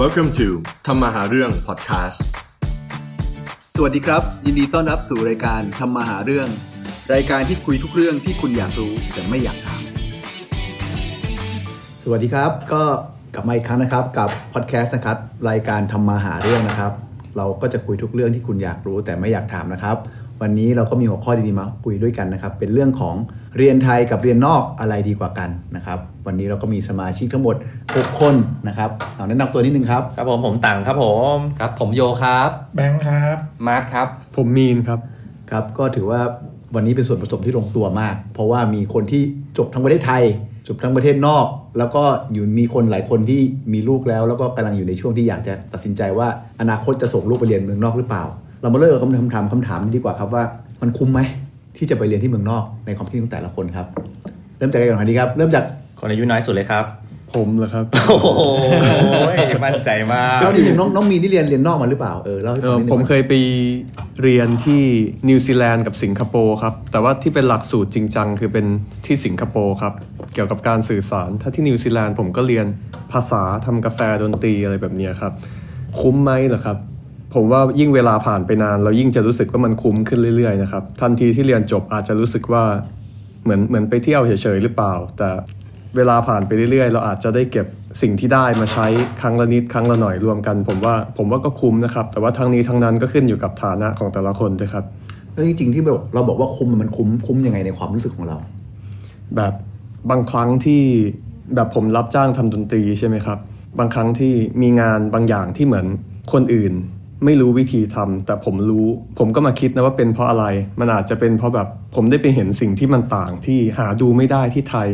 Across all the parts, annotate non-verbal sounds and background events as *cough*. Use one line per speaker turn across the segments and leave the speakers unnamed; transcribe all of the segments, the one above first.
Welcome to ทำมาหาเรื่อง podcast
สวัสดีครับ ยินดีต้อนรับสู่รายการทำมาหาเรื่อง รายการที่คุยทุกเรื่องที่คุณอยากรู้แต่ไม่อยากถามสวัสดีครับ ก็กลับมาอีกครั้งนะครับกับพอดแคสต์นะครับรายการทำมาหาเรื่องนะครับ เราก็จะคุยทุกเรื่องที่คุณอยากรู้แต่ไม่อยากถามนะครับ วันนี้เราก็มีหัวข้อดีๆมาคุยด้วยกันนะครับ เป็นเรื่องของเรียนไทยกับเรียนนอกอะไรดีกว่ากันนะครับ วันนี้เราก็มีสมาชิกทั้งหมดหกคนนะครับเอาแนะนำตัวนิดนึงครับ
ครับผมผมต่างครับผม
ครับผมโยครับ
แบงค์ครับ
มาร์ทครับ
ผมมีนครับ
ครับก็ถือว่าวันนี้เป็นส่วนผสมที่ลงตัวมาก เพราะว่ามีคนที่จบทั้งประเทศไทย จบทั้งประเทศนอก แล้วก็อยู่มีคนหลายคนที่มีลูกแล้ว แล้วก็กำลังอยู่ในช่วงที่อยากจะตัดสินใจว่าอนาคตจะส่งลูกไปเรียนเมืองนอกหรือเปล่า เรามาเริ่มกับคำถามคำถามนี้ดีกว่าครับว่ามันคุ้มไหมที่จะไปเรียนที่เมืองนอกในความคิดของแต่ละคนครับ เริ่มจากใครก่อนครับดีครับ เริ่มจาก
คนอายุน้อยสุดเลยครับ
ผมเหรอ *laughs* ครับ
โอ้โหมั่นใจมาก
เราดีน้องน้องมีนที่เรียนเรียนนอกมาหรือเปล่าเออเล่าให้
เอ
ฟัง
อ
นิดนึง
ผมเคยไปเรียนที่นิวซีแลนด์กับสิงคโปร์ครับ แต่ว่าที่เป็นหลักสูตรจริงจังคือเป็นที่สิงคโปร์ครับ เกี่ยวกับการสื่อสาร ถ้าที่นิวซีแลนด์ผมก็เรียนภาษาทำกาแฟดนตรีอะไรแบบเนี้ยครับ คุ้มไหมเหรอครับ ผมว่ายิ่งเวลาผ่านไปนานเรายิ่งจะรู้สึกว่ามันคุ้มขึ้นเรื่อยๆนะครับ ทันทีที่เรียนจบอาจจะรู้สึกว่าเหมือนเหมือนไปเที่ยวเฉยๆหรือเปล่า แต่เวลาผ่านไปเรื่อยๆ เราอาจจะได้เก็บสิ่งที่ได้มาใช้ครั้งละนิดครั้งละหน่อยรวมกัน ผมว่าผมว่าก็คุ้มนะครับ แต่ว่าทั้งนี้ทั้งนั้นก็ขึ้นอยู่กับฐานะของแต่ละคนด้วยครับ
แล้วจริงๆที่แบบเราบอกว่าคุ้มมันคุ้มคุ้มยังไงในความรู้สึกของเรา
แบบบางครั้งที่แบบผมรับจ้างทำดนตรีใช่ไหมครับ บางครั้งที่มีงานบางอย่างที่เหมือนคนอื่น ไม่รู้วิธีทำแต่ผมรู้ ผมก็มาคิดนะว่าเป็นเพราะอะไร มันอาจจะเป็นเพราะแบบผมได้ไปเห็นสิ่งที่มันต่างที่หาดูไม่ได้ที่ไทย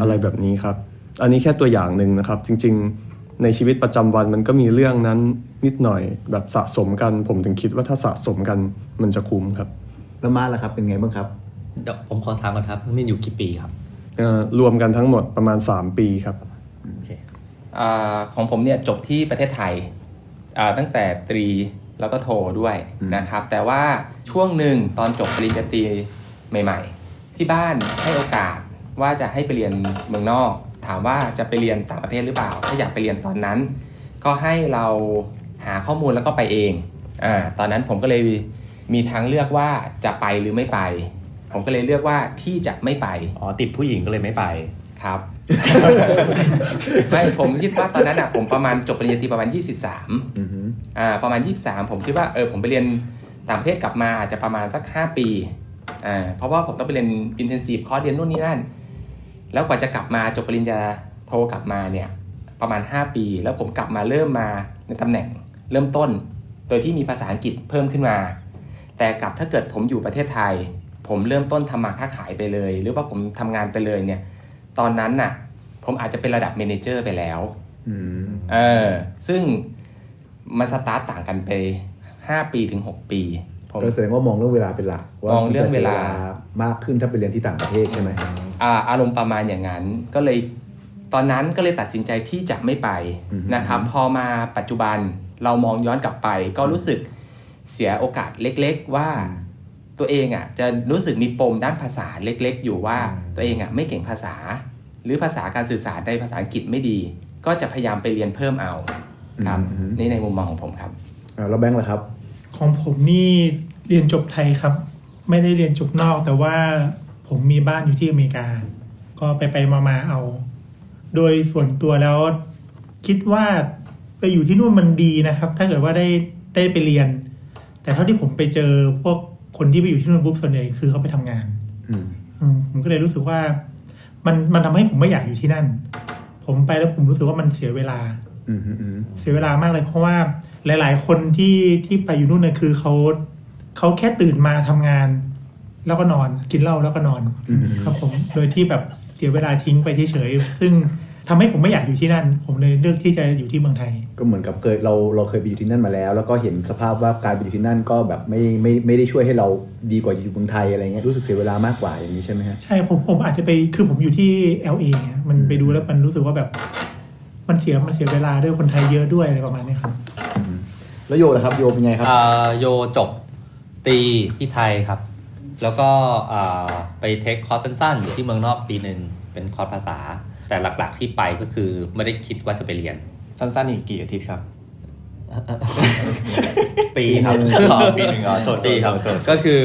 อะไรแบบนี้ครับ อันนี้แค่ตัวอย่างหนึ่งนะครับ จริง ๆ ในชีวิตประจำวันมันก็มีเรื่องนั้นนิดหน่อย แบบสะสมกัน ผมถึงคิดว่าถ้าสะสมกันมันจะคุ้มครับ
แล้วมาร์คล่ะครับเป็นไงบ้างครับ
เดี๋ยวผมขอถามก่อนครับมินอยู่กี่ปีครับ
เอ่อรวมกันทั้งหมดประมาณ 3 ปีครับ
โอเค
อาของผมเนี่ยจบที่ประเทศไทยอ่าตั้งแต่ตรีแล้วก็โทด้วย
อืม
นะครับ แต่ว่าช่วงหนึ่งตอนจบปริญญาตรีใหม่ ๆ ที่บ้านให้โอกาสว่าจะให้ไปเรียนเมืองนอก ถามว่าจะไปเรียนต่างประเทศหรือเปล่า ถ้าอยากไปเรียนตอนนั้น ก็ให้เราหาข้อมูลแล้วก็ไปเองอาตอนนั้นผมก็เลยมีทางเลือกว่าจะไปหรือไม่ไป ผมก็เลยเลือกว่าที่จะไม่ไป
อ๋อ ติดผู้หญิงก็เลยไม่ไป
ครับ ไม่ผมคิดว่าตอนนั้นอ่ะผมประมาณจบปริญญาตรีประมาณ
อือฮึ
23อ่าประมาณ 23 ผมคิดว่าเออผมไปเรียนต่างประเทศกลับมาอาจจะประมาณสัก 5 ปีอ่าเพราะว่าผมต้องไปเรียนอินเทนซีฟคอร์สเรียนนู่นนี่นั่น แล้วกว่าจะกลับมาจบปริญญาโทกลับมาเนี่ยประมาณ 5 ปี แล้วผมกลับมาเริ่มมาในตำแหน่งเริ่มต้น โดยที่มีภาษาอังกฤษเพิ่มขึ้นมา แต่กลับถ้าเกิดผมอยู่ประเทศไทย ผมเริ่มต้นทำมาค้าขายไปเลย หรือว่าผมทำงานไปเลยเนี่ย ตอนนั้นน่ะ ผมอาจจะเป็นระดับเมเนเจอร์ไปแล้ว
อืม
เออ ซึ่งมันสตาร์ทต่างกันไป 5 ปีถึง 6 ปี ผม
ก็แสดงว่ามองเรื่องเวลาเป็นหลักว่าม
องเรื่องเวลา
จะสียมากขึ้นถ้าไปเรียนที่ต่างประเทศใช่ไหม
อาอารมณ์ประมาณอย่างนั้น ก็เลยตอนนั้นก็เลยตัดสินใจที่จะไม่ไปนะครับ พอมาปัจจุบันเรามองย้อนกลับไป ก็รู้สึกเสียโอกาสเล็กๆ ว่าตัวเองอ่ะจะรู้สึกมีปมด้านภาษาเล็กๆ อยู่ว่าตัวเองอ่ะไม่เก่งภาษา หรือภาษาการสื่อสารในภาษาอังกฤษไม่ดี ก็จะพยายามไปเรียนเพิ่มเอาครับนี่ในมุมมองของผมครับ
อ่าแล้วแบงค์ล่ะครับ
ของผมนี่เรียนจบไทยครับ ไม่ได้เรียนจบนอก แต่ว่าผมมีบ้านอยู่ที่อเมริกา ก็ไปไปมามาๆเอา โดยส่วนตัวแล้วคิดว่าไปอยู่ที่นู่นมันดีนะครับ ถ้าเกิดว่าได้ได้ไปเรียน แต่เท่าที่ผมไปเจอพวกคนที่ไปอยู่ที่นู่นปุ๊บส่วนใหญ่คือเขาไปทำงาน
อืม
อืมผมก็เลยรู้สึกว่ามันมันทำให้ผมไม่อยากอยู่ที่นั่น ผมไปแล้วผมรู้สึกว่ามันเสียเวลา
อืมอืมอืม
เสียเวลามากเลยเพราะว่าหลาย ๆ คนที่ที่ไปอยู่นู่นเนี่ยคือเขาเขาแค่ตื่นมาทำงาน แล้วก็นอนกินเหล้าแล้วก็นอนครับผมโดยที่แบบเสียเวลาทิ้งไปเฉยๆซึ่งทำให้ผมไม่อยากอยู่ที่นั่น ผมเลยเลือกที่จะอยู่ที่เมืองไทย
ก็เหมือนกับเคยเราเราเคยไปอยู่ที่นั่นมาแล้ว แล้วก็เห็นสภาพว่าการไปอยู่ที่นั่นก็แบบไม่ไม่ไม่ได้ช่วยให้เราดีกว่าอยู่เมืองไทยอะไรเงี้ยรู้สึกเสียเวลามากกว่าอย่างนี้ใช่ไหมฮะ
ใช่ผมผมอาจจะไปคือผมอยู่ที่ LA เนี่ยมันไปดูแล้วมันรู้สึกว่าแบบ มันเสียมันเสียเวลาด้วยคนไทยเยอะด้วยอะไรประมาณเนี้ยครับ
แล้วโยล่ะครับโยเป็นไงครับ
เอ่อโยจบตรีที่ไทยครับ แล้วก็เอ่อไปเทคคอร์สสั้นๆอยู่ที่เมืองนอกปีหนึ่งเป็นคอร์สภาษา แต่หลักๆที่ไปก็คือไม่ได้คิดว่าจะไปเรียน
สั้นๆอีกกี่อาทิตย์ครับ
*laughs* ปีครับ
ปีหนึ่งอ๋อปีหนึ่งอ๋อโทษ
ปีครับ
โทษโทษ
ก็คือ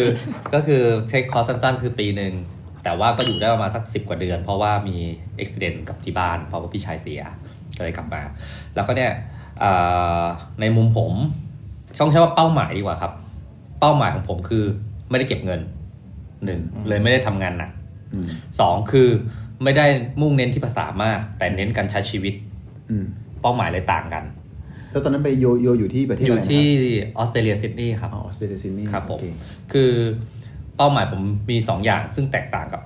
ก็คือเทคคอร์สสั้นๆ คือปีหนึ่ง แต่ว่าก็อยู่ได้ประมาณสักสิบกว่าเดือน เพราะว่ามีอุบิเหตุกับที่บ้านเพราะว่าพี่ชายเสียก็เลยกลับมา แล้วก็เนี่ยเอ่อในมุมผมต้องใช้ว่าเป้าหมายดีกว่าครับ เป้าหมายของผมคือไม่ได้เก็บเงินหนึ่งเลยไม่ได้ทำงานหนัก
อืม
สองคือไม่ได้มุ่งเน้นที่ภาษามาก แต่เน้นการใช้ชีวิต
อืม
เป้าหมายเลยต่างกัน
แล้วตอนนั้นไปโยโยอยู่ที่ประเทศ
อ
อะไร
ยู่
นะครับ
ที่ออสเตรเลียซิดนีย์ครับ
อ๋อออสเตรเลียซิดนีย์
ครับผม
โอเ
คือเป้าหมายผมมี 2 อย่างซึ่งแตกต่างกับ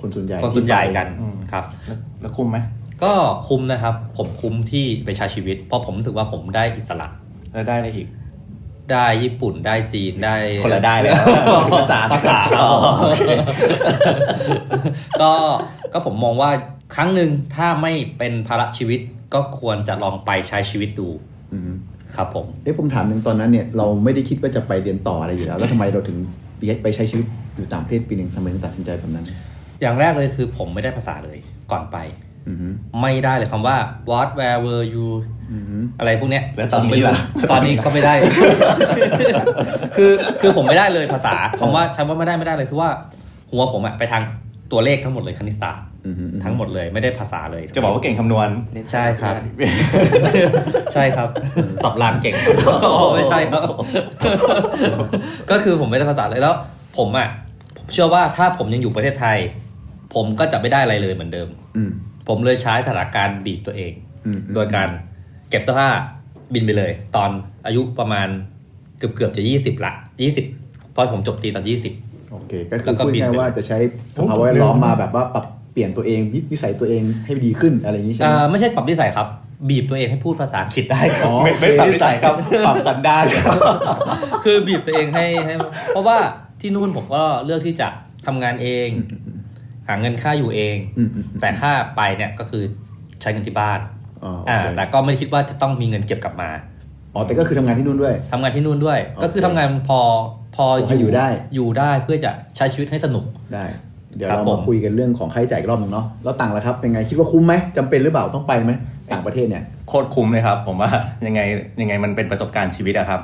คนส่วนใหญ่
คนส่วนใหญ่กัน
อืม
ครับ
แล้วแล้วคุ้มไหม
ก็คุ้มนะครับ ผมคุ้มที่ไปใช้ชีวิต เพราะผมรู้สึกว่าผมได้อิสระ
แล้วได้อะไรอีก
ได้ญี่ปุ่นได้จีนได้
คนละได้เลยนะ
ภาษาภาษาครับ
อ๋อโอเค
*laughs* ก็ก็ผมมองว่าครั้งหนึ่งถ้าไม่เป็นภาระชีวิตก็ควรจะลองไปใช้ชีวิตดู
อืม
ครับผม
เอ๊ะผมถามหนึ่งตอนนั้นเนี่ยเราไม่ได้คิดว่าจะไปเรียนต่ออะไรอยู่แล้ว แล้วทำไมเราถึงไปใช้ชีวิตอยู่ต่างประเทศปีหนึ่งทำไมถึงตัดสินใจแบบนั้น
อย่างแรกเลยคือผมไม่ได้ภาษาเลยก่อนไป
อืมฮึ
ไม่ได้เลยคำว่า what where were you
อืมฮึ
อะไรพวกเนี้ย
แล้วตอนนี้
ผมไม่รู้
ล่ะ
ตอนนี้ก็
*laughs*
ไม่ได้ คือคือผมไม่ได้เลยภาษาคำว่าใช้ว่าไม่ได้ไม่ได้เลยคือว่า หัวผมอะไปทางตัวเลขทั้งหมดเลยคณิตศาสตร์
อืมฮึอืมฮึ
ทั้งหมดเลยไม่ได้ภาษาเลย
จะบอกว่าเก่งคำนวณ
ใช่
*laughs*
ครับ *laughs* ใช่ครับสับรางเก่งอ๋อไม่ใช่ครับ *laughs* ก็คือผมไม่ได้ภาษาเลยแล้ว ผมอะผมเชื่อว่าถ้าผมยังอยู่ประเทศไทย ผมก็จะไม่ได้อะไรเลยเหมือนเดิม
อืม
ผมเลยใช้สถานการณ์บีบตัวเอง
อืมอืม
โดยการเก็บเสื้อผ้าบินไปเลย ตอนอายุประมาณเกือบเกือบๆจะยี่สิบละยี่สิบพอผมจบตีตอนยี่สิบ
โอเค ก็คื
แล้
อ
วก็
พูด
บินไป
ง่ายๆว่าจะใช้สภาวะแวดล้อมมาแบบว่าปรับเปลี่ยนตัวเองวิสัยตัวเองให้ดีขึ้นอะไรอย่างนี้ใช่ไหม
ไม่ใช่ปรับนิสัยครับ บีบตัวเองให้พูดภาษาอังกฤษได้ครับ
อ๋อ
ไม่ไม่ปรับนิสัยครับปรับสันดานครับ
*laughs* คือบีบตัวเองให้ให้ เพราะว่าที่นู่นผมก็เลือกที่จะทำงานเอง หาเงินค่าอยู่เอง
อืมอืมอืม
แต่ค่าไปเนี่ยก็คือใช้เงินที่บ้าน
อ๋อโอ
อ่า
เค
แต่ก็ไม่ได้คิดว่าจะต้องมีเงินเก็บกลับมา
อ๋อแต่ก็คือทำงานที่นู่นด้วย
ทำงานที่นู่นด้วย
โอเค
ก็คือทำงานพอพอ
พอให้อยู่ได้
อยู่ได้เพื่อจะใช้ชีวิตให้สนุก
ได้ เดี๋ยว
ครับผม
เราาม คุยกันเรื่องของค่าใช้จ่ายอีกรอบหนึ่งเนาะแล้วต่างค์ละครับ เป็นไงคิดว่าคุ้มไหมจำเป็นหรือเปล่าต้องไปไหมต่างประเทศเนี่ย
โคตรคุ้มเลยครับ ผมว่ายังไงยังไงมันเป็นประสบการณ์ชีวิตอะครับ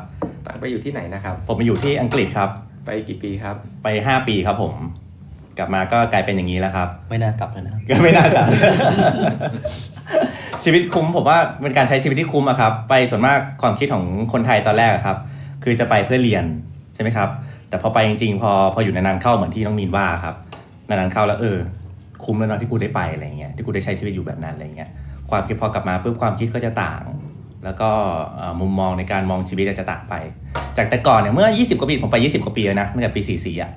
ต่างไปอยู่ที่ไหนนะครับ
ผมมาอยู่ที่อังกฤษครับ
ไปกี่ปีครับ
ไป 5 ปีครับผม กลับมาก็กลายเป็นอย่างนี้แล้วครับ
ไม่น่ากลับเลยนะ
ก็ไม่น่าจะ *laughs* ชีวิตคุ้มผมว่าเป็นการใช้ชีวิตที่คุ้มอะครับ ไปส่วนมากความคิดของคนไทยตอนแรกอะครับ คือจะไปเพื่อเรียนใช่ไหมครับ แต่พอไปจริงๆ พอพออยู่นานๆเข้าเหมือนที่น้องมีนว่าครับนานๆเข้าแล้วเออ คุ้มแล้วเนาะที่กูได้ไปอะไรเงี้ยที่กูได้ใช้ชีวิตอยู่แบบนั้นอะไรเงี้ยความคิดพอกลับมาปุ๊บความคิดก็จะต่าง แล้วก็เอ่อมุมมองในการมองชีวิตอาจจะต่างไป จากแต่ก่อนเนี่ยเมื่อ 20 กว่าปีผมไป 20 กว่าปีแล้วนะตั้งแต่ปี 44อ่ะ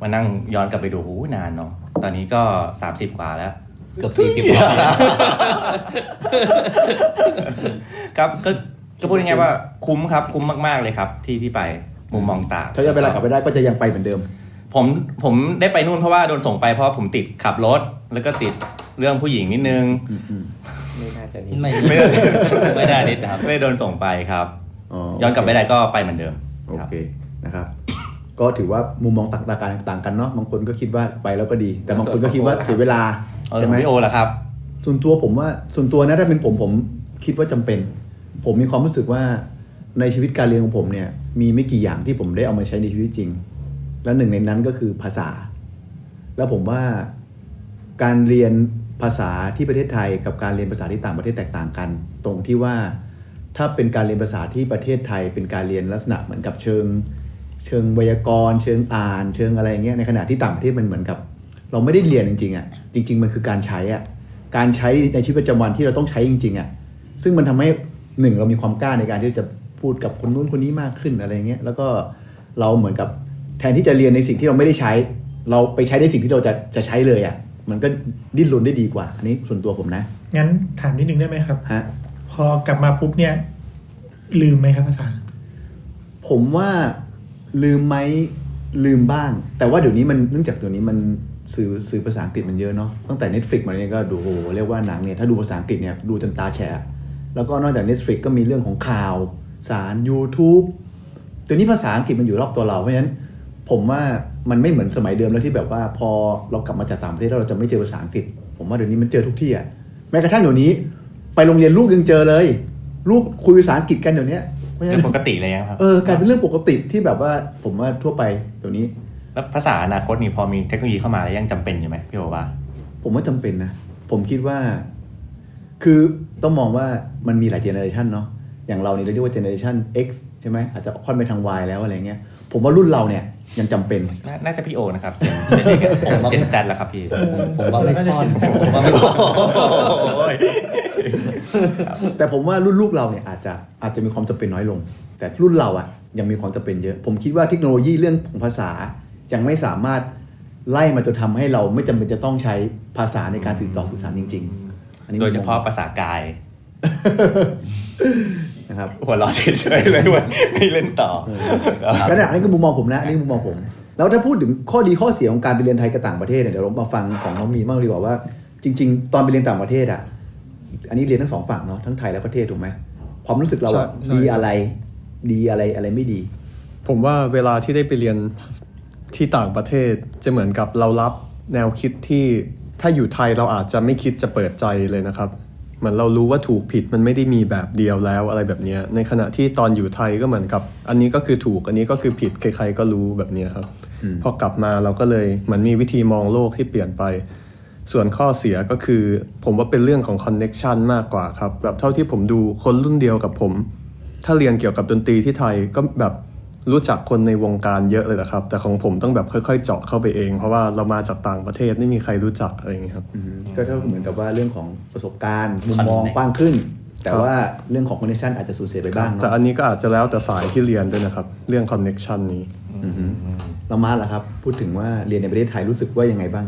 มานั่งย้อนกลับไปดูหูนานเนาะตอนนี้ก็ 30 กว่าแล้ว
เกือบสี่สิบ40รอบ
ครับก็ก็พูดง่ายๆว่าคุ้มครับ คุ้มมากๆเลยครับ ที่ที่ไปมุมมองต่าง
ถ้าย้อนเวลากลับไปได้ก็จะยังไปเหมือนเดิม
ผมผมได้ไปนู่นเพราะว่าโดนส่งไปเพราะว่าผมติดขับรถ แล้วก็ติดเรื่องผู้หญิงนิดนึง
ไม่น่าจะนี่
ไม่ไม่ไม่ได้นิดนะครับ
ไม่ได้โดนส่งไปครับ
อ๋อ
ย้อนกลับไปได้ก็ไปเหมือนเดิม
โอ
ครับ
เคนะครับ *coughs* ก็ถือว่ามุมมองต่างกันต่างกันเนาะบางคนก็คิดว่าไปแล้วก็ดี แต่บางคนก็คิดว่าเสียเวลา
เอาข
ใช่
อง
ไหม
พี่โอละครับ
ส่วนตัวผมว่าส่วนตัวนะถ้าเป็นผมผมคิดว่าจำเป็น ผมมีความรู้สึกว่าในชีวิตการเรียนของผมเนี่ย มีไม่กี่อย่างที่ผมได้เอามาใช้ในชีวิตจริง และหนึ่งในนั้นก็คือภาษา แล้วผมว่าการเรียนภาษาที่ประเทศไทย กับการเรียนภาษาที่ต่างประเทศแตกต่างกัน ตรงที่ว่าถ้าเป็นการเรียนภาษาที่ประเทศไทย เป็นการเรียนลักษณะเหมือนกับเชิง เชิงไวยากรณ์เชิงอ่าน เชิงอะไรอย่างเงี้ยในขณะที่ต่างประเทศมันเหมือนกับ เราไม่ได้เรียนจริงๆอ่ะจริง ๆ มันคือการใช้อ่ะการใช้ในชีวิตประจำวันที่เราต้องใช้จริงๆอ่ะซึ่งมันทำให้หนึ่งเรามีความกล้าในการที่จะพูดกับคนนู้นคนนี้มากขึ้นอะไรเงี้ยแล้วก็เราเหมือนกับแทนที่จะเรียนในสิ่งที่เราไม่ได้ใช้ เราไปใช้ในสิ่งที่เราจะจะใช้เลยอ่ะมันก็ดิ้นรนได้ดีกว่า อันนี้ส่วนตัวผมนะ
งั้นถามนิดนึงได้ไหมครับ
ฮะ
พอกลับมาปุ๊บเนี่ย ลืมไหมครับภาษา
ผมว่าลืมไหมลืมบ้าง แต่ว่าเดี๋ยวนี้มันเนื่องจากเดี๋ยวนี้มันสื่อสื่อภาษาอังกฤษมันเยอะเนาะตั้งแต่ Netflix มาเนี่ยก็ดูโหเรียกว่าหนังเนี่ยถ้าดูภาษาอังกฤษเนี่ยดูจนตาแฉะแล้วก็นอกจาก Netflix ก็มีเรื่องของข่าว สาร YouTube เดี๋ยวนี้ภาษาอังกฤษมันอยู่รอบตัวเราเพราะฉะนั้น ผมว่ามันไม่เหมือนสมัยเดิมแล้วที่แบบว่าพอเรากลับมาจากต่างประเทศแล้วเราจะไม่เจอภาษาอังกฤษ ผมว่าเดี๋ยวนี้มันเจอทุกที่อะแม้กระทั่งเดี๋ยวนี้ ไปโรงเรียนลูกยังเจอเลย ลูกคุยภาษาอังกฤษกันเดี๋ยวนี้เพราะฉะ
เรื่
นั้
อ
น
งปกติเลยนะครับ
เออกลายเป็นเรื่องปกติที่แบบว่าผมว่าทั่วไปเดี๋ยวนี้
แล้วภาษาอนาคตนี่พอมีเทคโนโลยีเข้ามาแล้วยังจำเป็นอยู่ไหมพี่โอว่า
ผมว่าจำเป็นนะ ผมคิดว่า คือต้องมองว่ามันมีหลายเจเนอเรชันเนาะ อย่างเราเนี่ยเราเรียกว่าเจเนอเรชัน X ใช่ไหมอาจจะค่อนไปทาง Y แล้วอะไรเงี้ย ผมว่ารุ่นเราเนี่ยยังจำเป็น
น่าน่าจะพี่โอนะครับ เจนเจนเจนเจนแซดแล้วครับพี่
ผมว่าไม่ค่อนผมว่าไม่ค่อน
แต่ผมว่ารุ่นลูกเราเนี่ยอาจจะอาจจะมีความจำเป็นน้อยลง แต่รุ่นเราอะยังมีความจำเป็นเยอะ ผมคิดว่าเทคโนโลยีเรื่องของภาษายังไม่สามารถไล่มาจนทำให้เราไม่จำเป็นจะต้องใช้ภาษาในการสื่อต่อสื่อสารจริง ๆ อันนี้
โดยเฉพาะ
ผมม
ภาษากาย
องนะครับ
หัวเราะเฉยๆเลยเว้ยไม่เล่นต่อ
ก็เนี่ยอันนี้คือมุมมองผมนะอันนี้มุมมองผม แล้วถ้าพูดถึงข้อดีข้อเสียของการไปเรียนไทยกับต่างประเทศเนี่ยเดี๋ยวเรามาฟังของน้องมีนบ้างดีกว่าว่า จริง ๆ ตอนไปเรียนต่างประเทศอ่ะอันนี้เรียนทั้งสองฝั่งเนาะทั้งไทยและประเทศถูกไหมความรู้สึกเราอะ
ใช่
ดีอะไร ดีอะไรอะไรไม่ดี
ผมว่าเวลาที่ได้ไปเรียนที่ต่างประเทศจะเหมือนกับเรารับแนวคิดที่ถ้าอยู่ไทยเราอาจจะไม่คิดจะเปิดใจเลยนะครับ เหมือนเรารู้ว่าถูกผิดมันไม่ได้มีแบบเดียวแล้วอะไรแบบเนี้ยในขณะที่ตอนอยู่ไทยก็เหมือนกับ อันนี้ก็คือถูกอันนี้ก็คือผิดใครๆก็รู้แบบเนี้ยครับ พอกลับมาเราก็เลยเหมือนมีวิธีมองโลกที่เปลี่ยนไป ส่วนข้อเสียก็คือ ผมว่าเป็นเรื่องของคอนเน็ชันมากกว่าครับ แบบเท่าที่ผมดูคนรุ่นเดียวกับผม ถ้าเรียนเกี่ยวกับดนตรีที่ไทยก็แบบรู้จักคนในวงการเยอะเลยนะครับ แต่ของผมต้องแบบค่อยๆ เจาะเข้าไปเอง เพราะว่าเรามาจากต่างประเทศไม่มีใครรู้จักอะไรอย่างเงี้ยครับ
ก็เท่าเหมือนกับว่าเรื่องของประสบการณ์มุมมอง
Connect
กว้างขึ้น แต่
ครับ
ว่าเรื่องของคอนเนคชันอาจจะสูญเสียไปบ้าง
แต่
เนาะ
อันนี้ก็อาจจะแล้วแต่สายที่เรียนด้วยนะครับ เรื่องคอนเน็ชันนี้
เรามาล่ะครับ พูดถึงว่าเรียนในประเทศไทยรู้สึกว่ายังไงบ้าง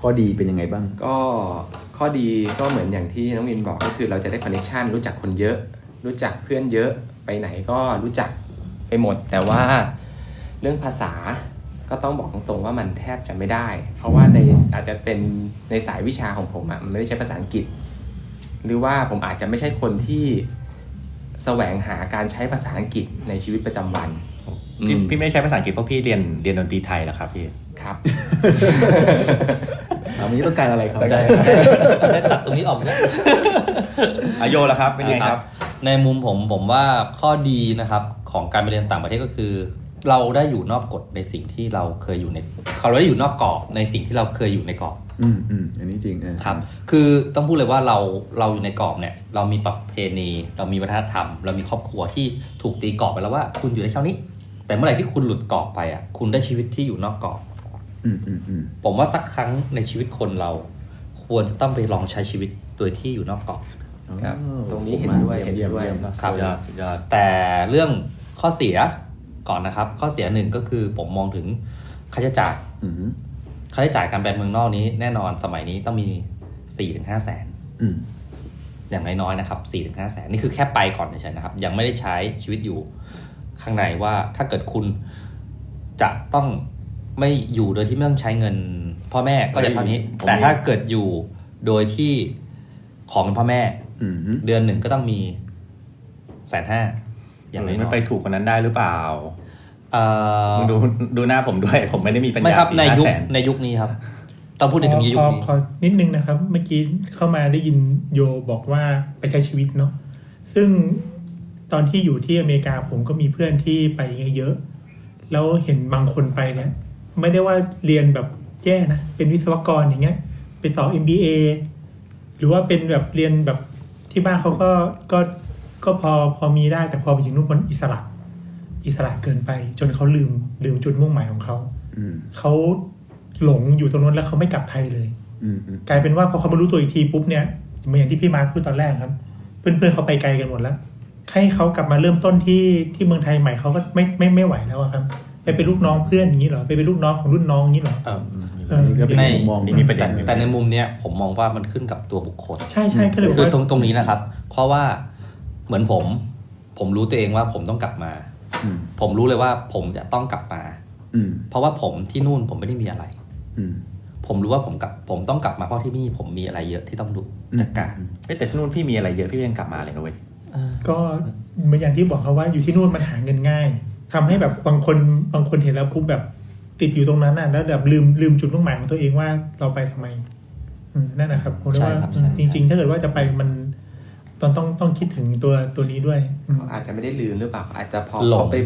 ข้อดีเป็นยังไงบ้าง
ก็ข้อดีก็เหมือนอย่างที่น้องวินบอกก็คือเราจะได้คอนเน t ชันรู้จักคนเยอะ รู้จักเพื่อนเยอะไปไหนก็รู้จักไปหมด แต่ว่าเรื่องภาษาก็ต้องบอกตรงๆว่ามันแทบจะไม่ได้ เพราะว่าในอาจจะเป็นในสายวิชาของผมอะมันไม่ได้ใช้ภาษาอังกฤษ หรือว่าผมอาจจะไม่ใช่คนที่แสวงหาการใช้ภาษาอังกฤษในชีวิตประจำวัน
พี่
อืม
พี่ไม่ได้ใช้ภาษาอังกฤษเพราะพี่เรียนเรียนดนตรีไทยเหรอครับพี่
ครับ
ถามวันนี้ต้องการอะไรครับ
ได้ได้ตัดตรงนี้ออกนะ
อโยแล้วครับ เป็นไงครับ
ในมุมผมผมว่าข้อดีนะครับของการไปเรียนต่างประเทศก็คือ เราได้อยู่นอกกฎในสิ่งที่เราเคยอยู่ในเขาได้อยู่นอกกรอบในสิ่งที่เราเคยอยู่ในกรอบ
อืมอืมอันนี้จริงเออ
ครับ คือต้องพูดเลยว่าเราเราอยู่ในกรอบเนี่ยเรามีประเพณี เรามีวัฒนธรรม เรามีครอบครัวที่ถูกตีกรอบไปแล้วว่า คุณอยู่ในเท่านี้ แต่เมื่อไหร่ที่คุณหลุดกรอบไปอ่ะคุณได้ชีวิตที่อยู่นอกกรอบ
อืมอืมอืม
ผมว่าสักครั้งในชีวิตคนเรา ควรจะต้องไปลองใช้ชีวิตโดยที่อยู่นอกกรอบ
ครับ
อ๋อ
ตรงนี้
ผม
เห็น
มา
ด้วย
ม
เห็น
ม
ด้วย
ม
ครับ แต่เรื่องข้อเสียก่อนนะครับ ข้อเสียหนึ่งก็คือผมมองถึงค่าใช้จ่าย
อืม
ค่าใช้จ่ายการไปเมืองนอกนี้แน่นอนสมัยนี้ต้องมี 4-5ถึงแสน
อืม
อย่างน้อยๆนะครับ4-5ถึงแสนนี่คือแค่ไปก่อนเฉยๆนะครับ ยังไม่ได้ใช้ชีวิตอยู่ข้างในว่าถ้าเกิดคุณจะต้องไม่อยู่โดยที่ไม่ต้องใช้เงิน พ่อแม่ก็จะเท่านี้
ผมมี
แต่ถ้าเกิดอยู่โดยที่ขอเงินพ่อแม่
อืม
เดือนหนึ่งก็ต้องมีแสนห้าอย่างน้อย
มัน
ๆ
ไปถูกกว่านั้นได้หรือเปล่า
เอ่อ
มึงดูดูหน้าผมด้วย ผมไม่ได้มีปัญ
ไม่
ญา
ครับ
สี่
ใน
ห้า
ยุค
แสน
ในยุคนี้ครับ ต้องพูดในถึงยุ
ข
ค
อ
นี้
ขอนิดนึงนะครับ เมื่อกี้เข้ามาได้ยินโยบอกว่าไปใช้ชีวิตเนาะซึ่งตอนที่อยู่ที่อเมริกาผมก็มีเพื่อนที่ไปเยอะๆแล้วเห็นบางคนไปเนี่ย ไม่ได้ว่าเรียนแบบแย่นะ เป็นวิศวกรอย่างเงี้ยไปต่อ MBA หรือว่าเป็นแบบเรียนแบบที่บ้านเขาก็ก็ก็พอพอมีได้แต่พอไปถึงนู่นมันอิสระ อิสระเกินไป จนเขาลืมลืมจุดมุ่งหมายของเขา
อืม
เขาหลงอยู่ตรงนั้นแล้วเขาไม่กลับไทยเลย
อืมอืม
กลายเป็นว่าพอเขามารู้ตัวอีกทีปุ๊บเนี่ยเหมือนอย่างที่พี่มาร์คพูดตอนแรกครับ เพื่อนๆเขาไปไกลกันหมดแล้วให้เขากลับมาเริ่มต้นที่ที่เมืองไทยใหม่เขาก็ไม่ไม่ไม่ไหวแล้วอะครับ ไปเป็นลูกน้องเพื่อนอย่างนี้เหรอไปเป็นลูกน้องของรุ่นน้องอย่างนี้เหรอ
เอ่อ
เอ
อัน
อ
นี้ก็เป็น
ใช่
มุมมอง
นี่มีประเด็น
แต่
อยู่
แต่ในมุมเนี้ยผมมองว่ามันขึ้นกับตัวบุคคล
ใช่ใช่ก็เลยบอ
คือก ตร
ว่าง
ตรงนี้นะครับ เพราะว่าเหมือนผม ผมรู้ตัวเองว่าผมต้องกลับมา
อืม
ผมรู้เลยว่าผมจะต้องกลับมา
อืม
เพราะว่าผมที่นู่นผมไม่ได้มีอะไร
อืม
ผมรู้ว่าผมกลับผมต้องกลับมาเพราะที่นี่ผมมีอะไรเยอะที่ต้องดู
อืม
จัดการ
เอ้ยแต่ที่นู่นพี่มีอะไรเยอะพี่ยังกลับมาเลยนะเว้ย
เออ
ก็เหมือนอย่างที่บอกเขาว่าอยู่ที่นู่นมันหาเงินง่ายทำให้แบบบางคนบางคนเห็นแล้วปุ๊บแบบติดอยู่ตรงนั้นน่ะแล้วแบบลืมลืมจุดมุ่งหมายของตัวเองว่าเราไปทำไมอืมนั่นนะครับผมว่าจริง ๆ ถ้าเกิดว่าจะไปมัน ตอนต้องต้องคิดถึงตัวตัวนี้ด้วยอืม
เขาอาจจะไม่ได้ลืมหรือเปล่าเขาอาจจะพอ
หลง
เขาไป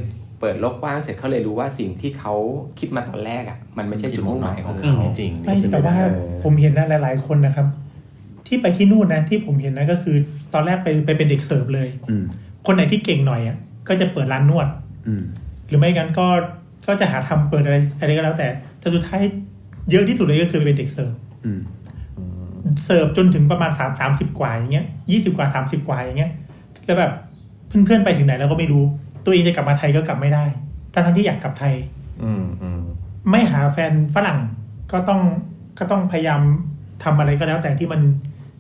เปิดโลกกว้างเสร็จเขาเลยรู้ว่าสิ่งที่เขาคิดมาตอนแรกอ่ะ มันไม่ใช่จุดมุ่งหมายของเขา
จริง
ไม่แต่ว่าผมเห็นนะหลาย ๆ คนนะครับ ที่ไปที่นู่นนะที่ผมเห็นนะก็คือ ตอนแรกไปไปเป็นเด็กเสิร์ฟเลย
อืม
คนไหนที่เก่งหน่อยอ่ะก็จะเปิดร้านนวด
อืม
หรือไม่งั้นก็ก็จะหาทำเปิดอะไรอะไรก็แล้วแต่แต่สุดท้ายเยอะที่สุดเลยก็คือไปเป็นเด็กเสิร์ฟ
อืม
เสิร์ฟจนถึงประมาณสามสามสิบกว่าอย่างเงี้ยยี่สิบกว่าสามสิบกว่าอย่างเงี้ยแล้วแบบเพื่อนๆไปถึงไหนแล้วก็ไม่รู้ ตัวเองจะกลับมาไทยก็กลับไม่ได้ทั้งๆที่อยากกลับไทย
อืมอืม
ไม่หาแฟนฝรั่งก็ต้องก็ต้องพยายามทำอะไรก็แล้ว แต่ที่มัน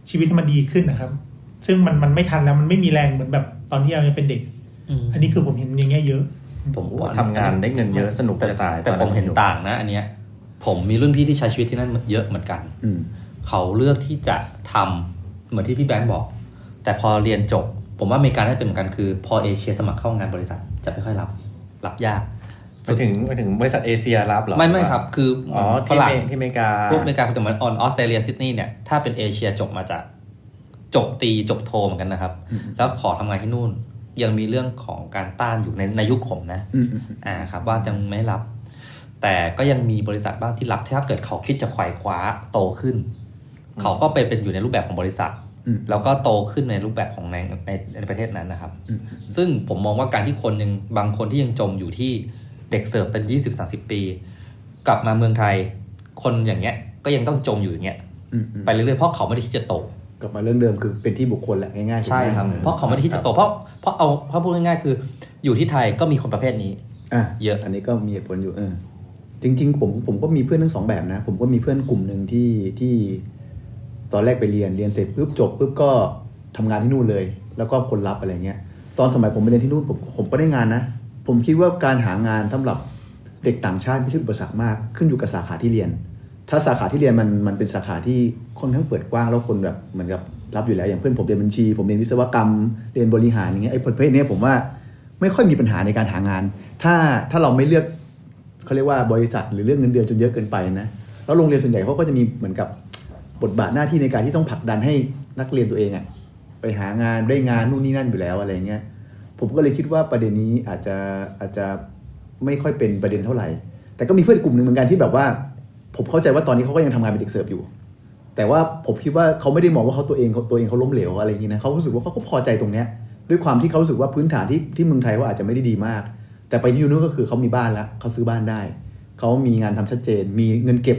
ชีวิตที่มันดีขึ้นนะครับ ซึ่งมันมันไม่ทันแล้วมันไม่มีแรงเหมือนแบบตอนที่เรายังเป็นเด็ก อันนี้คือผมเห็นอย่างเงี้ยเยอะ
ผมว่าทำงานได้เงินเยอะสนุก
แต่
จะตาย
แต่
อ
ผมเห็นต่างนะ อันเนี้ย ผมมีรุ่นพี่ที่ใช้ชีวิตที่นั่นเยอะเหมือนกัน
อืม
เขาเลือกที่จะทำเหมือนที่พี่แบงค์บอก แต่พอเรียนจบ ผมว่าอเมริกาได้เป็นเหมือนกันคือ พอเอเชียสมัครเข้างานบริษัทจะไม่ค่อยรับ รับยาก
ไปถึงไปถึงบริษัทเอเชียรับเหรอ
ไม่ไม่ครับ คือ
อ๋อ
ฝ
ที่
รั่ง
เมที่อเมริกา
พวกอเมริกาแต่เหมือนออสเตรเลียซิดนีย์เนี่ย ถ้าเป็นเอเชียจบมาจาก จบตีจบโทเหมือนกันนะครับ แล้วขอทำงานที่นู่น ยังมีเรื่องของการต้านอยู่ในในยุคผมนะ
อืมอืม
อ่าครับว่ายังไม่รับ แต่ก็ยังมีบริษัทบ้างที่รับถ้าเกิดเขาคิดจะไขว่คว้าโตขึ้น เขาก็ไปเป็นอยู่ในรูปแบบของบริษัท
อืม
แล้วก็โตขึ้นในรูปแบบของในในในประเทศนั้นนะครับ
อืม
ซึ่งผมมองว่าการที่คนยังบางคนที่ยังจมอยู่ที่เด็กเสิร์ฟเป็น 20 30 ปี กลับมาเมืองไทย คนอย่างเงี้ยก็ยังต้องจมอยู่อย่างเงี้ย
อืมอืม
ไปเรื่อยๆเพราะเขาไม่ได้คิดจะโต
กลับมาเรื่องเดิมคือเป็นที่บุคคลแหละง่ายๆถูกไหม
เพราะเขาไม่ได้คิดจะโตเพราะเพราะเอาเพราะพูดง่ายๆคือ อยู่ที่ไทยก็มีคนประเภทนี้
อ่ะ
เยอะ
อันนี้ก็มีเหตุผลอยู่เออจริง ๆ ผมผมก็มีเพื่อนทั้งสองแบบนะ ผมก็มีเพื่อนกลุ่มหนึ่งที่ที่ ตอนแรกไปเรียนเรียนเสร็จปุ๊บจบปุ๊บก็ทำงานที่นู่นเลย แล้วก็คนรับอะไรเงี้ย ตอนสมัยผมไปเรียนที่นู่นผมผมก็ได้งานนะ ผมคิดว่าการหางานสำหรับเด็กต่างชาติไม่ใช่อุปสรรคมากขึ้นอยู่กับสาขาที่เรียน ถ้าสาขาที่เรียนมันมันเป็นสาขาที่ค่อนข้างเปิดกว้างแล้วคนแบบเหมือนกับรับอยู่แล้วอย่างเพื่อนผมเรียนบัญชี ผมเรียนวิศวกรรมเรียนบริหารอย่างเงี้ยไอ้ประเภทเนี้ยผมว่าไม่ค่อยมีปัญหาในการหางาน ถ้าถ้าเราไม่เลือก เขาเรียกว่าบริษัทหรือเรื่องเงินเดือนจนเยอะเกินไปนะ แล้วโรงเรียนส่วนใหญ่เขาก็จะมีเหมือนกับบทบาทหน้าที่ในการที่ต้องผลักดันให้นักเรียนตัวเองอะไปหางานได้งานนู่นนี่นั่นอยู่แล้วอะไรเงี้ยผมก็เลยคิดว่าประเด็นนี้อาจจะอาจจะไม่ค่อยเป็นประเด็นเท่าไหร่ แต่ก็มีเพื่อนกลุ่มหนึ่งเหมือนกันที่แบบว่า ผมเข้าใจว่าตอนนี้เขาก็ยังทำงานเป็นเด็กเสิร์ฟอยู่ แต่ว่าผมคิดว่าเขาไม่ได้มองว่าเขาตัวเองเขาตัวเองเขาล้มเหลวอะไรอย่างนี้นะเขารู้สึกว่าเขาก็พอใจตรงเนี้ยด้วยความที่เขารู้สึกว่าพื้นฐานที่ที่เมืองไทยเขาอาจจะไม่ได้ดีมาก แต่ไปที่ยูโน่นก็คือเขามีบ้านแล้วเขาซื้อบ้านได้ เขามีงานทำชัดเจน มีเงินเก็บ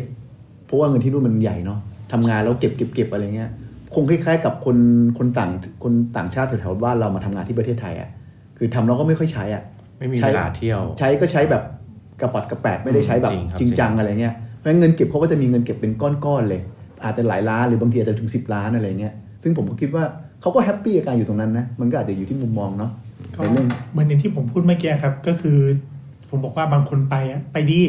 เพราะว่าเงินที่นู่นมันใหญ่เนาะทำงานแล้วเก็บเก็บเก็บอะไรเงี้ย คงคล้ายๆกับคนคนต่างคนต่างชาติแถวๆบ้านเรามาทำงานที่ประเทศไทยอะ่ะคือทำแล้วก็ไม่ค่อยใช้อ่ะ
ไม่มี
ใช้
เวลาเที่ยว
ใช้ก็ใช้แบบกระปัดกระแปดไม่ได้ใช้แบบ
จริงครับ
จริงจังอะไรเงี้ยเพราะฉะนั้นเงินเก็บเขาก็จะมีเงินเก็บเป็นก้อนๆเลย อาจจะหลายล้านหรือบางทีอาจจะถึง 10 ล้านอะไรเงี้ยซึ่งผมก็คิดว่าเขาก็แฮปปี้กับการอยู่ตรงนั้นนะมันก็อาจจะอยู่ที่มุมมองเนาะ
ก็
ในเรื่อง
เหมือนอย่างที่ผมพูดเมื่อกี้ครับ ก็คือ ผมบอกว่าบางคนไปอะไปดี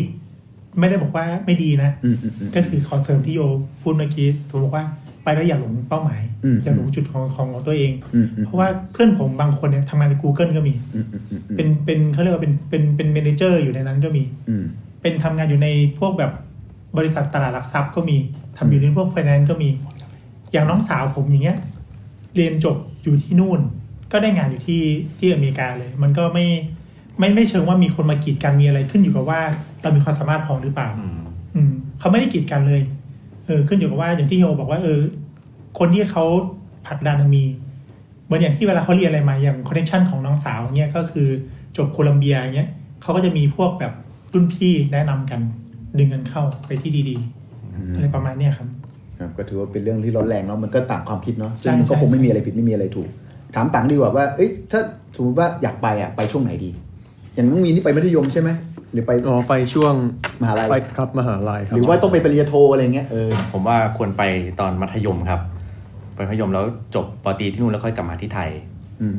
ไม่ได้บอกว่าไม่ดีนะ
อืมอืมอืม
ก็คือคอนเซิร์มที่โยพูดเมื่อกี้ผมบอกว่าไปแล้วอย่าหลงเป้าหมาย
อืม
อย่าหลงจุดของของของตัวเอง
อืมอืม
เพราะว่าเพื่อนผมบางคนเนี่ยทำงานใน Google ก็มี
อืมอืมอืมอืม
เป็นเป็นเขาเรียกว่าเป็นเป็นเป็นเมนเจอร์อยู่ในนั้นก็มี
อืม
เป็นทำงานอยู่ในพวกแบบบริษัทตลาดหลักทรัพย์ก็มีทำอยู่ในพวกไฟแนนซ์ก็มี อย่างน้องสาวผมอย่างเงี้ยเรียนจบอยู่ที่นู่น ก็ได้งานอยู่ที่ที่อเมริกาเลย มันก็ไม่ไม่ไม่เชิงว่ามีคนมากีดกันมีอะไรขึ้นอยู่กับว่าเรามีความสามารถพอหรือเปล่า
อืม
อืมเขาไม่ได้กีดกันเลยเออขึ้นอยู่กับว่าอย่างที่โยบอกว่าเออ คนที่เขาผลักดันมีเหมือนอย่างที่เวลาเขาเรียนอะไรมาอย่างคอนเนคชันของน้องสาวเนี้ยก็คือจบโคลัมเบียอย่างเงี้ยเขาก็จะมีพวกแบบรุ่นพี่แนะนำกัน ดึงกันเข้าไปที่ดีๆอะไรประมาณเนี้ยครับ
ครับก็ถือว่าเป็นเรื่องที่ร้อนแรงเนาะมันก็ต่างความคิดเนาะซึ่ง
ใช่
มันก็
ใช่
คงไม่มีอะไรผิดไม่มีอะไรถูก ถามต่างดีกว่าว่าเอ้ยถ้าสมมติว่าอยากไปอ่ะไปช่วงไหนดี อย่างน้องมีนนี่ไปมัธยมใช่ไหมหรือไป
อ๋อไปช่วง
มหาลัย
ไปครับมหาลัยครับ
หรือว่าต้องไปปริญญาโทอะไรเงี้ยเออ
ผมว่าควรไปตอนมัธยมครับ ไปมัธยมแล้วจบปอตรีที่นู่นแล้วค่อยกลับมาที่ไทย
อืม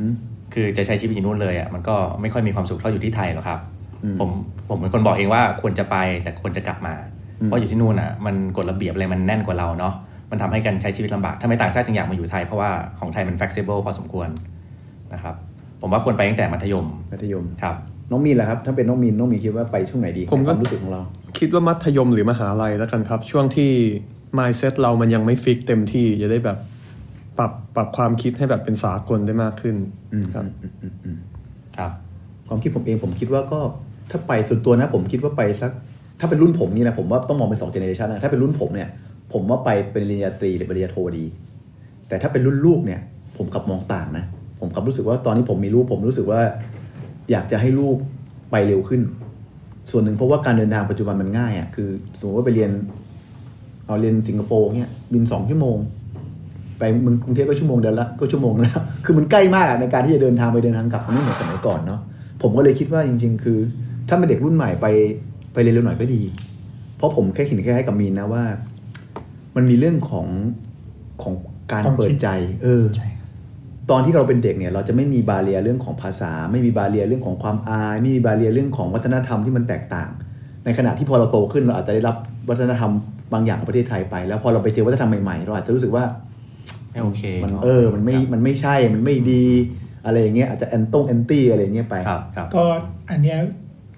คือจะใช้ชีวิตอยู่นู่นเลยอ่ะมันก็ไม่ค่อยมีความสุขเท่าอยู่ที่ไทยหรอกครับ
อืม
ผมผมเป็นคนบอกเองว่าควรจะไปแต่ควรจะกลับมา
อืม
เพราะอยู่ที่นู่นอ่ะมันกฎระเบียบอะไรมันแน่นกว่าเราเนาะมันทำให้การใช้ชีวิตลำบากถ้าไม่ต่างชาติถึงอยากมาอยู่ไทยเพราะว่าของไทยมัน flexible พอสมควรนะครับผมว่าควรไปตั้งแต่มัธยม
มัธยม
ครับ
น้องมีนล่ะครับ ถ้าเป็นน้องมีนน้องมีนคิดว่าไปช่วงไหนดี
ผม
ในค
ก็
วามรู้สึกของเรา
คิดว่ามัธยมหรือมหาลัยแล้วกันครับ ช่วงที่ mindset เรามันยังไม่ฟิกเต็มที่จะได้แบบปรับไป ปรับความคิดให้แบบเป็นสากลได้มากขึ้น
อืม
ครับ
อืมอืมอืม
ครับ
ความคิดผมเองผมคิดว่าก็ถ้าไปส่วนตัวนะผมคิดว่าไปสัก ถ้าเป็นรุ่นผมนี่นะผมว่าต้องมองเป็นสองเจเนอเรชันนะถ้าเป็นรุ่นผมเนี่ยผมว่าไปเป็นปริญญาตรีหรือปริญญาโทดี แต่ถ้าเป็นรุ่นลูกเนี่ย ผมกลับมองต่างนะ ผมกลับรู้สึกว่าตอนนี้ผมมีลูกผมรู้สึกว่า อยากจะให้ลูกไปเร็วขึ้น ส่วนหนึ่งเพราะว่าการเดินทางปัจจุบันมันง่ายอะ่ะคือสมมติว่าไปเรียน เอาเรียนสิงคโปร์เนี่ยบินสองชั่วโมง ไปเมึงกรุงเทพก็ชั่วโมงเดียวละ *laughs* ก็ชั่วโมงแล้ว คือมันใกล้มากอะในการที่จะเดินทางไปเดินทางกลับมันไม่เหมือนสมัยก่อนเนาะผมก็เลยคิดว่าจริง ๆ คือ ถ้าเป็นเด็กรุ่นใหม่ไปไปเรียนเร็วหน่อยก็ดี เพราะผมแค่เห็นแค่ให้กับมีนนะว่า มันมีเรื่องของของการ
ความคิด
เปิดใจ เออ
ใช่ครับ
ตอนที่เราเป็นเด็กเนี่ยเราจะไม่มีบาเรียเรื่องของภาษา ไม่มีบาเรียเรื่องของความอาย ไม่มีบาเรียเรื่องของวัฒนธรรมที่มันแตกต่าง ในขณะที่พอเราโตขึ้นเราอาจจะได้รับวัฒนธรรมบางอย่างของประเทศไทยไป แล้วพอเราไปเจอวัฒนธรรมใหม่ๆเราอาจจะรู้สึกว่า
ไม่โอเค
มัน
เนาะ
เออมันไม่มันไม่ใช่มันไม่ดี อะไรอย่างเงี้ยอาจจะแอนตงแอนตี้อะไรอย่างเงี้ยไป
ครับครับ
ก็อันเนี้ย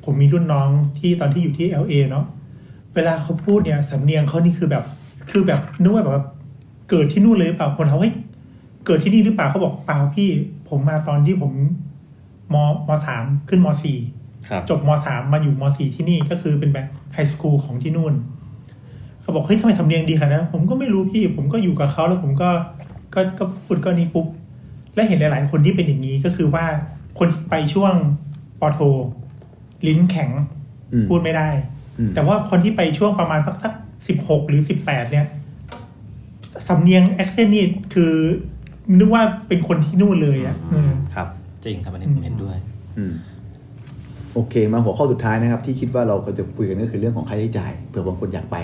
ผมมีรุ่นน้องที่ตอนที่อยู่ที่ LA เนาะเวลาเขาพูดเนี่ยสำเนียงเขานี่คือแบบคือแบบนึกว่าแบบว่าเกิดที่นู่นเลยหรือเปล่าคนเขาเฮ้ยเกิดที่นี่หรือเปล่าเขาบอกเปล่าพี่ ผมมาตอนที่ผมมมสามขึ้นมสี่
ครับ
จบมสามมาอยู่มสี่ที่นี่ก็คือเป็นแบบไฮสคูลของที่นู่น เขาบอก เฮ้ยทำไมสำเนียงดีขนาดนั้นผมก็ไม่รู้พี่ ผมก็อยู่กับเขาแล้วผมก็ก็ก็พูดก็นี้ปุ๊บ และเห็นหลาย ๆ คนที่เป็นอย่างนี้ก็คือว่าคนที่ไปช่วงปอโท ลิ้นแข็ง
อืม
พูดไม่ได้
อืม
แต่ว่าคนที่ไปช่วงประมาณสักสิบหกหรือสิบแปดเนี่ยสำเนียงแอคเซนต์นี่คือนึกว่าเป็นคนที่นู่นเลยอะเออ
ครับ
จริงครับอันนี้ผมเห็นด้วย
อืมโอเค มาหัวข้อสุดท้ายนะครับ ที่คิดว่าเราก็จะคุยกันก็คือเรื่องของค่าใช้จ่ายเผื่อบางคนอยากไป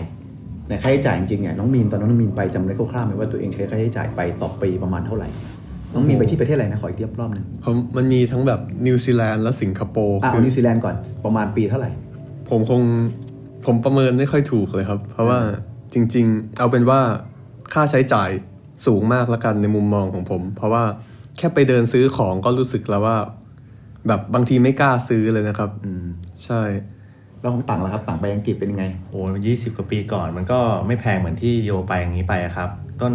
ในค่าใช้จ่ายจริงๆเนี่ยน้องมีนตอนนั้นน้องมีนไปจำได้คร่าวๆไหมว่าตัวเองใช้ค่าใช้จ่ายไปต่อปีประมาณเท่าไหร่ น้องมีนไปที่ประเทศอะไรนะขออีกเทียบรอบหนึ่ง
ผมมันมีทั้งแบบนิวซีแลนด์และสิงคโปร์
อ่ะ
คื
เอานิวซีแลนด์ก่อนประมาณปีเท่าไหร่
ผมคงผมประเมินไม่ค่อยถูกเลยครับ เพราะว่าจริง ๆ เอาเป็นว่าค่าใช้จ่ายสูงมากละกันในมุมมองของผม เพราะว่าแค่ไปเดินซื้อของก็รู้สึกแล้วว่า แบบบางทีไม่กล้าซื้อเลยนะครับ
อืม
ใช่
แล้วของต่างล่ะครับต่างไปอังกฤษเป็นยังไง
โอ้ยี่สิบกว่าปีก่อนมันก็ไม่แพงเหมือนที่โยไปอย่างนี้ไปอะครับ ต้น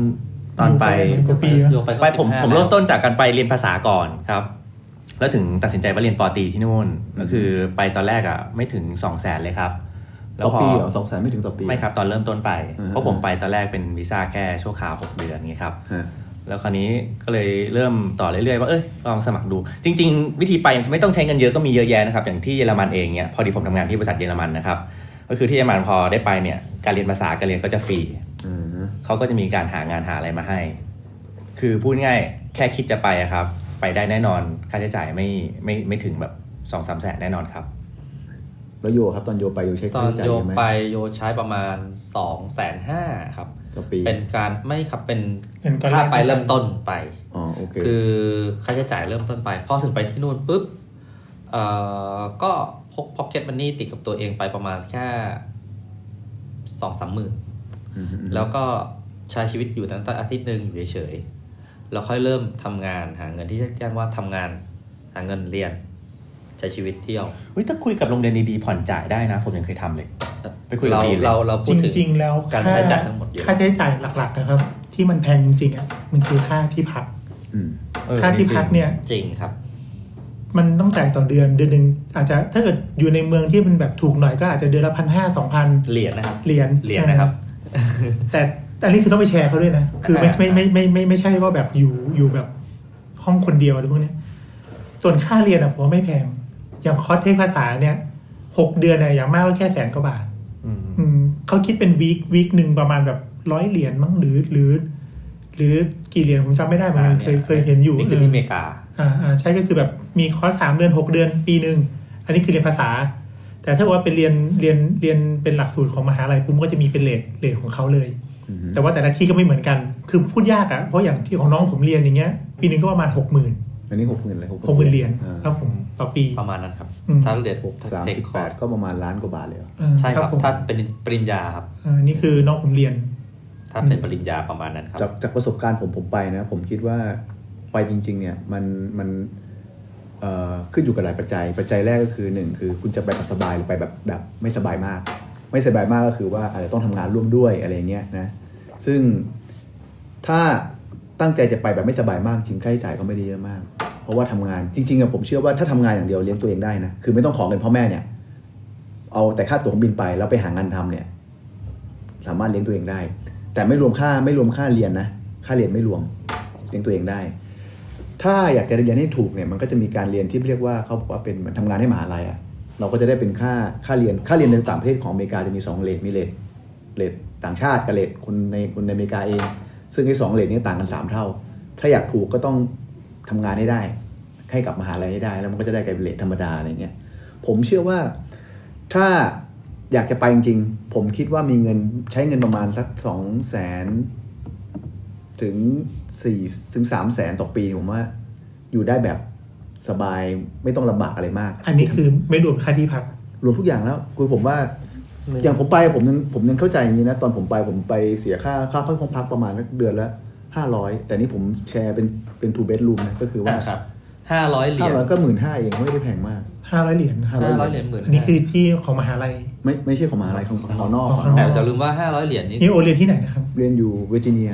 ตอนไป
อยู่ไป ปีอะ
โยไปก็
ไปผม
15
ผมเริ่มต้นจากการไปเรียนภาษาก่อนครับ แล้วถึงตัดสินใจว่าเรียนปอตรีที่นู่นก็คือไปตอนแรกอ่ะไม่ถึงสองแสนเลยครับ
ต่อปีเหรอสองแสนไม่ถึงต่อปี
ไม่ครับตอนเริ่มต้นไป
อ่า
เพราะผมไปตอนแรกเป็นวีซ่าแค่ชั่วคราวหกเดือนไงครับ
ฮะ
แล้วคราวนี้ก็เลยเริ่มต่อเรื่อยๆว่าเอ้ยลองสมัครดู จริง ๆ วิธีไปไม่ต้องใช้เงินเยอะก็มีเยอะแยะนะครับอย่างที่เยอรมันเองเนี่ยพอดีผมทำงานที่บริษัทเยอรมันนะครับก็คือที่เยอรมันพอได้ไปเนี่ยการเรียนภาษาการเรียนก็จะฟรี
อืม
เขาก็จะมีการหางานหาอะไรมาให้ คือพูดง่ายแค่คิดจะไปอะครับ ไปได้แน่นอน ค่าใช้จ่ายไม่ไม่ไม่ถึงแบบสองสามแสนแน่นอนครับ
แล้วโยครับตอนโยไปโยใช้
ต
ค่า
อน
ใช้จ่าย
โย
เยอะไหม
ไปโยใช้ประมาณ2องแสนห้าครับ
ต่อปี
เป็นการไม่ครับเป็น
เป็นการ
ค่าไปเริ่มต้นไป
อ๋อโอเค
คือค่าใช้จ่ายเริ่มต้นไปพอถึงไปที่นู่นปุ๊บเอ่อก็พกพ็อกเก็ตมันนี่ติดกับตัวเองไปประมาณแค่สองสามหมื่น
มอืม
แล้วก็ใช้ชีวิตอยู่ตั้งแต่อาทิตย์หนึ่งอยู่เฉยๆ แล้วค่อยเริ่มทำงานหาเงินที่แจ้งว่าทำงานหาเงินเรียน ใช้ชีวิตเที่ยว
เฮ้ยถ้าคุยกับโรงเรียนดีๆผ่อนจ่ายได้นะ ผมยังเคยทำเลย ไปคุยกับ
เรา
ดีนเลย
เราเรา
จ
พูดถึง
ริง ๆ แล้ว
การ
ค่
ใช้จ่ายทั้งหมดเยอะ
ค่าใช้จ่ายหลัก ๆ นะครับ ที่มันแพงจริงๆอ่ะมันคือค่าที่พัก
อืม
เออ
ค่าที่พักเนี่ย
จริงครับ
มันต้องจ่ายต่อเดือนเดือนหนึ่งอาจจะถ้าเกิดอยู่ในเมืองที่มันแบบถูกหน่อยก็อาจจะเดือนละพันห้าสองพัน
เหรียญนะครับ
เหรียญ
เหรียญนะครับ
แต่อันนี้คือต้องไปแชร์เขาด้วยนะ คือไม่
อ่า
ไม่ไม่ไม่ไม่ไม่ไม่ใช่ว่าแบบอยู่อยู่แบบห้องคนเดียวอะไรพวกเนี้ยส่วนค่าเรียนอ่ะผมว่าไม่แพง อย่างคอร์สเทคภาษาเนี่ยหกเดือนเนี่ยอย่างมากก็แค่แสนกว่าบาท
อืม
อืมเขาคิดเป็นวีควีคหนึ่งประมาณแบบร้อยเหรียญมั้งหรือหรือ หรือกี่เหรียญผมจำไม่ได้เหมือนกันเคยเคยเห็นอยู่
นี่คือที่อเมริกา
อ่าอ่าใช่ก็คือแบบมีคอร์สสามเดือนหกเดือนปีหนึ่งอันนี้คือเรียนภาษา แต่ถ้าว่าเป็นเรียนเรียนเรียนเป็นหลักสูตรของมหาลัยปุ๊บก็จะมีเป็นเลทเลทของเขาเลย
อืม
แต่ว่าแต่ละที่ก็ไม่เหมือนกัน คือพูดยากอะเพราะอย่างที่ของน้องผมเรียนอย่างเงี้ย ปีหนึ่งก็ประมาณหกหมื่น
อันนี้หกหมื่นเลย
หกหมื่นเหรียญ
อ่า
ครับผมต่อปี
ประมาณนั้นครับ
อืม
ถ้าเหรียญ
สามสิบแปดก็ประมาณล้านกว่าบาทเลยเหรอ
เออ
ใช่ครับ
ผม
ถ้าเป็นปริญญาครับ
เออนี่คือน้องผมเรียน
ถ้าเป็นปริญญาประมาณนั้นครับ
จากจากประสบการณ์ผมผมไปนะ ผมคิดว่าไปจริง ๆ เนี่ยมันมันเอ่อขึ้นอยู่กับหลายปัจจัย ปัจจัยแรกก็คือหนึ่งคือคุณจะไปแบบสบายหรือไปแบบแบบไม่สบายมาก ไม่สบายมากก็คือว่าอาจจะต้องทำงานร่วมด้วยอะไรเงี้ยนะซึ่งถ้า ตั้งใจจะไปแบบไม่สบายมากจริงค่าใช้จ่ายก็ไม่ได้เยอะมาก เพราะว่าทำงานจริงๆอะผมเชื่อว่าถ้าทำงานอย่างเดียวเลี้ยงตัวเองได้นะคือไม่ต้องขอเงินพ่อแม่เนี่ย เอาแต่ค่าตั๋วเครื่องบินไปแล้วไปหางานทำเนี่ย สามารถเลี้ยงตัวเองได้ แต่ไม่รวมค่าไม่รวมค่าเรียนนะค่าเรียนไม่รวมเลี้ยงตัวเองได้ ถ้าอยากจะเรียนให้ถูกเนี่ยมันก็จะมีการเรียนที่เรียกว่าเขาบอกว่าเป็นเหมือนทำงานให้มหาลัยอะเราก็จะได้เป็นค่าค่าเรียนค่าเรียนในต่างประเทศของอเมริกาจะมีสองเลทมีเลทเลทต่างชาติกับเลทคนในคนในอเมริกาเอง ซึ่งไอ้สองเลทนี้ต่างกันสามเท่า ถ้าอยากถูกก็ต้องทำงานให้ได้ ให้กับมหาลัยให้ได้ แล้วมันก็จะได้กลายเป็นเลทธรรมดาอะไรเงี้ยผมเชื่อว่า ถ้าอยากจะไปจริงๆ ผมคิดว่ามีเงินใช้เงินประมาณสักสองแสนถึงสี่ถึงสามแสนต่อปีผมว่า อยู่ได้แบบสบายไม่ต้องลำบากอะไรมาก
อันนี้คือไม่รวมค่าที่พัก
รวมทุกอย่างแล้วคือผมว่า อย่างผมไปผมยังผมยังเข้าใจอย่างนี้นะ ตอนผมไปผมไปเสียค่าค่าห้องพักประมาณเดือนละห้าร้อยแต่นี่ผมแชร์เป็นเป็นทูเบดรูมนะก็คือว่า
อ่ะครับห้าร้อยเหรี
ห้าย
ญ
ร้อยก็หมื่นห้าเองไม่ได้แพงมาก
500 เหรียญนะครับ
ห้าร้อยเหรียญหมื่น
อันนี่คือที่ของมหาลัย
ไม่ไม่ใช่ของมหาลัยของของหอนอก
ของหอน
แต่
อก
จะลืมว่าห้าร้อยเหรียญนี่
นี่โอเรียนที่ไหนนะครับ
เรียนอยู่เวอร์จิเนีย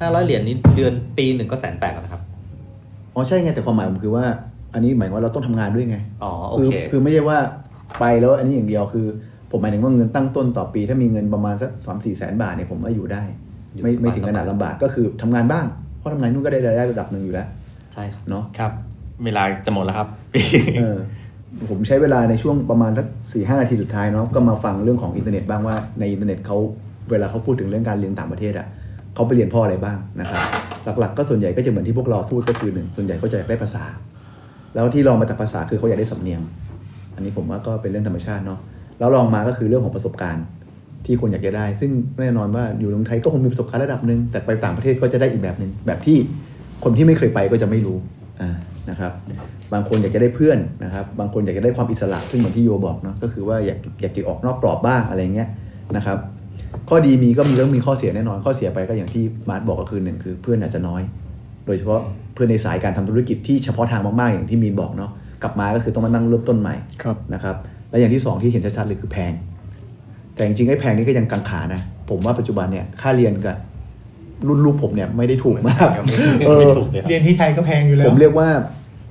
ห้าร้อยเหรียญนี่เดือนปีหนึ่งก็แสนแปดแล้วนะครับ
อ๋อใช่ไงแต่ความหมายผมคือว่า อันนี้หมายว่าเราต้องทำงานด้วยไง
อ๋อ โอ
คือ
เค
คือไม่ใช่ว่าไปแล้วอันนี้อย่างเดียวคือ ผมหมายถึงว่าเงินตั้งต้นต่อปี ถ้ามีเงินประมาณสักสามสี่แสนบาทเนี่ยผมว่าอยู่ได้
อยู่
ไม่
สบาย
ไม่ถึงขนาดลำบากก็คือทำงานบ้าง เพราะทำงานนู่นก็ได้รายได้ระดับหนึ่งอยู่แล้ว
ใช่ครับ
เนาะ
ครับ เวลาจะหมดแล้วครับ
เออผมใช้เวลาในช่วงประมาณสักสี่ห้านาทีสุดท้ายเนาะก็มาฟังเรื่องของอินเทอร์เน็ตบ้างว่าในอินเทอร์เน็ตเขาเวลาเขาพูดถึงเรื่องการเรียนต่างประเทศอ่ะเขาไปเรียนเพ่ออะไรบ้างนะครับหลักๆ ก็ส่วนใหญ่ก็จะเหมือนที่พวกเราพูดก็คือหนึ่งส่วนใหญ่เขาจะอยากได้ภาษา แล้วที่ลองมาจากภาษาคือเขาอยากได้สำเนียง อันนี้ผมว่าก็เป็นเรื่องธรรมชาติเนาะ แล้วลองมาก็คือเรื่องของประสบการณ์ ที่คนอยากจะได้ ซึ่งแน่นอนว่าอยู่ในเมืองไทยก็คงมีประสบการณ์ระดับหนึ่ง แต่ไปต่างประเทศก็จะได้อีกแบบหนึ่งแบบที่คนที่ไม่เคยไปก็จะไม่รู้อ่านะครับ บางคนอยากจะได้เพื่อนนะครับ บางคนอยากจะได้ความอิสระ ซึ่งเหมือนที่โยบอกเนาะ ก็คือว่าอยากอยากจะออกนอกกรอบบ้างอะไรเงี้ยนะครับ ข้อดีมีก็มีแล้วมีข้อเสียแน่นอน ข้อเสียไปก็อย่างที่มาร์ทบอกก็คือหนึ่งคือเพื่อนอาจจะน้อย โดยเฉพาะเพื่อนในสายการทำธุรกิจที่เฉพาะทางมาก ๆ อย่างที่มีนบอกเนาะกลับมาก็คือต้องมานั่งเริ่มต้นใหม่
ครับ
นะครับ และอย่างที่สองที่เห็นชัด ๆ เลยคือแพง แต่จริงๆไอ้แพงนี่ก็ยังกังขานะ ผมว่าปัจจุบันเนี่ยค่าเรียนกับรุ่นลูกผมเนี่ยไม่ได้ถูกมากเออ
เรียนที่ไทยก็แพงอยู่แล้ว
ผมเรียกว่า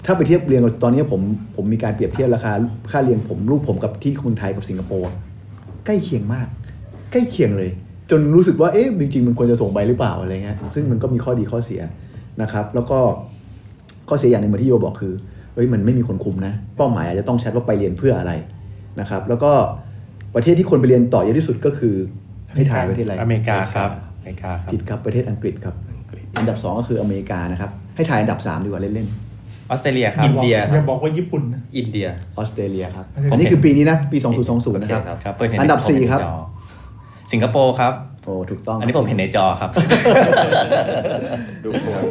ถ้าไปเทียบเรียนกับตอนนี้ผมผมมีการเปรียบเทียบราคาค่าเรียนผมลูกผมกับที่คนไทยกับสิงคโปร์ใกล้เคียงมาก ใกล้เคียงเลย จนรู้สึกว่าเอ๊ะจริงๆมันควรจะส่งไปหรือเปล่าอะไรเงี้ยซึ่งมันก็มีข้อดีข้อเสียนะครับ แล้วก็ข้อเสียอย่างหนึ่งเหมือนที่โยบอกคือเอ้ยมันไม่มีคนคุมนะ เป้าหมายอาจจะต้องชัดว่าไปเรียนเพื่ออะไรนะครับ แล้วก็ประเทศที่คนไปเรียนต่อเยอะที่สุดก็คือให้ถ่ายประเทศอะไร
อเมริกาครับอเมริกาครับ
ผิดครับประเทศอังกฤษครับ อันดับ 2 ก็คืออเมริกานะครับ ให้ถ่ายอันดับ 3 ดีกว่าเล่น
ออสเตรเลียครับ
อินเดียครับ
อย่าบอกว่าญี่ปุ่นนะ
อินเดีย
ๆออสเตรเลียครับ
ประเทศ
อันนี้คือปีนี้นะ ปี 2020
โอ
นะ
เค
ครับ
ครับ
ครับเปิดเห็น
อันดับ
ผมเห็
สี่ครับ
ใจอสิงคโปร์ครับ
โอ้ถูกต้อง
อันนี้ผมเห็นในจอครับ
ดูโพย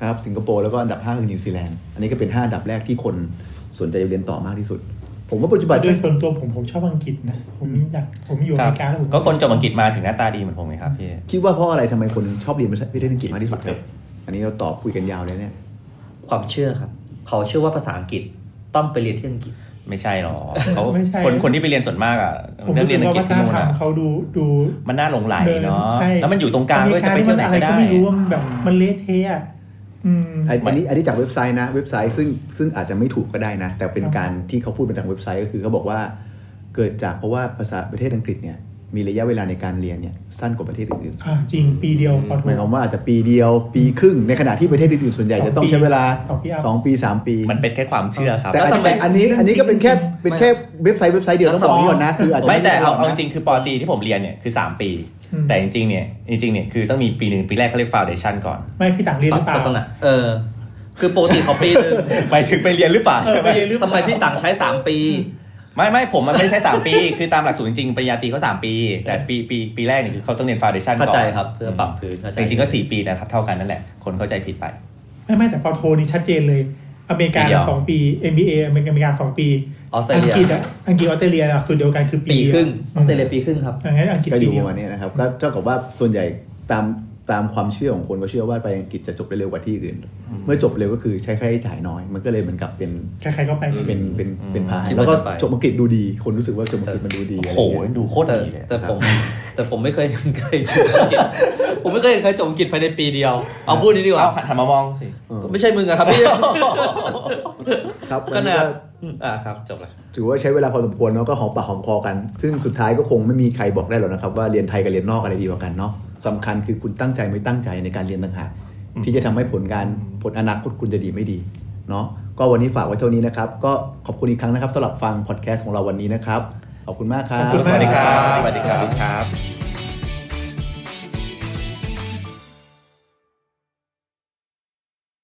นะครับสิงคโปร์แล้วก็อันดับ 5 คือนิวซีแลนด์อันนี้ก็เป็น 5 อันดับแรกที่คนสนใจเรียนต่อมากที่สุด ผมว่าปัจจุบัน
โดยส่วนตัวผมผมชอบอังกฤษนะ ผมอยากผมอยู่อ
ค
เม
รับ
ริกาแล้วผม
ก็คนจบอังกฤษมาถึงหน้าตาดีเหมือนผมเลยครับพี่
คิดว่าเพราะอะไรทำไมคนชอบเรียนประเทศอังกฤษมากที่สุดครับ อันนี้เราตอบคุยกันยาวเลยเนี่ย
ความเชื่อครับ เขาเชื่อว่าภาษาอังกฤษต้องไปเรียนที่อังกฤษ
ไม่ใช่หรอกเขา
ไม่ใช่
คนคนที่ไปเรียนส่วนมากอ่ะ
ผม
เลือก
รู้
เรี
สึ
ยน
ก
อังฤษที่
ว่ากวัฒน
นู่น
ธรรม
อะ
เขาดูดู
มันน่าหลงไหล
ดิ
เนาะ
ใช่
แล้วมันอยู่ตรงกลางด้วยจะ
อ
ไป
เมริ
เที่ยวไหนก็
มัอะร
ได้
ไม่รู้ว่ามันแบบมันเละเทะอะอืม
อันอันนี้อันนี้จากเว็บไซต์นะเว็บไซต์ซึ่งซึ่งอาจจะไม่ถูกก็ได้นะ แต่เป็น
ครับ
การที่เขาพูดมาจากเว็บไซต์ก็คือเขาบอกว่าเกิดจากเพราะว่าภาษาประเทศอังกฤษเนี่ยมีระยะเวลาในการเรียนเนี่ยสั้นกว่าประเทศอื่น
อ่าจริงปีเดียวปอโท
ๆหมายความว่าอาจจะปีเดียวปีครึ่งในขณะที่ประเทศอื่นๆส่วนใหญ่จะต้องใช้เวลา
สองปี
สองปีสามปี
มันเป็นแค่ความเชื่อครับ
แต่อันนี้
แล้วทำไม
แต่อันนี้อันนี้ก็เป็นแค่เป็นแค่เว็บไซต์เว็บไซต์เดียวต้องบอกไว้ก่อนนะคืออาจจะ
ไม่แต่เอา
ด้
เอาจ
นะ
ริงคือปอตรีที่ผมเรียนเนี่ยคือ 3 ปี
อืม
แต่จริงๆเนี่ยจริงๆเนี่ยคือต้องมีปีหนึ่งปีแรกเขาเรียก foundation ก่อน
ไม่พี่ต่างเรียนหรือเปล่า
ศาสนาเออ คือปกติเขาปีหนึ่ง
ไปถึงไปเรียนหรือเปล่าใช่ไหม
ทำไมพี่ต่างใช้สามปี
ไม่ไม่ผมมันไม่ใช่ 3 ปี คือตามหลักสูตรจริงๆปริญญาตรีเขา3ปี แต่ปีปีปีแรกเนี่ยคือเขาต้องเรียน foundation ก่อน
เข้าใจครับเพื่อปรับพื้นเข้าใจ
แต่จริงๆก็ 4 ปีนะครับเท่ากันนั่นแหละ คนเข้าใจผิดไป
ไม่ไม่แต่ปอโทนี่ชัดเจนเลย อเมริกา
ปีเดียว
สองปี MBA อเมริกาอเมริกาสองปี
ออสเตร
อัง
เลีย
กฤษอะอังกฤษออสเตรเลียหลักสูตรเดียวกันคือปี
ปี
ดียว
ครึ่งออสเตรเลียปีครึ่งครับ
อย่างนั้นอังกฤษ
ก็อ
ปี
ยู่
เดี
ป
ยว
ระมาณนี้นะครับก็เท่ากับว่าส่วนใหญ่ตามตามความเชื่อของคนก็เชื่อว่าไปอังกฤษจะจบได้เร็วกว่าที่อื่น เมื่อจบเร็วก็คือใช้ค่าใช้จ่ายน้อย มันก็เลยเหมือนกับเป็น
ใครๆก็ไป
เป็นเป็นเป็นพาหะ
คิดว่า
แล้วก็
จะไป
จบอังกฤษดูดี คนรู้สึกว่าจบอังกฤษมันดูดี
โอ้
อะไร
โห
เงี้ย
ดูโคตร
แต่
ดีเลย
แต่ผม แต่ผมไม่เคยเห็นใครจบอังกฤษผมไม่เคยเห็นใครจบอังกฤษภายในปีเดียว เอาพูดนี้ดีกว่า
เอาหันมามองสิ
ก็ไม่ใช่มึงอะครับ
*laughs*
พี่
ครับ
ข
วัน
นา
นี้
ด
ก็
อ่าครับจบละ
ถือว่าใช้เวลาพอสมควรเนาะก็หอมปากหอมคอกัน ซึ่งสุดท้ายก็คงไม่มีใครบอกได้หรอกนะครับว่าเรียนไทยกับเรียนนอกอะไรดีกว่ากันเนาะสำคัญคือคุณตั้งใจไม่ตั้งใจในการเรียนต่างหากที่จะทำให้ผลการผลอนาคตคุณจะดีไม่ดีเนาะก็วันนี้ฝากไว้เท่านี้นะครับ ก็ขอบคุณอีกครั้งนะครับสำหรับฟังพอดแคสต์ของเราวันนี้นะครับขอบคุณมากครับ
ขอบคุณ
ส
มาก
วัสดีครับ สวัสดีครับ
ครับ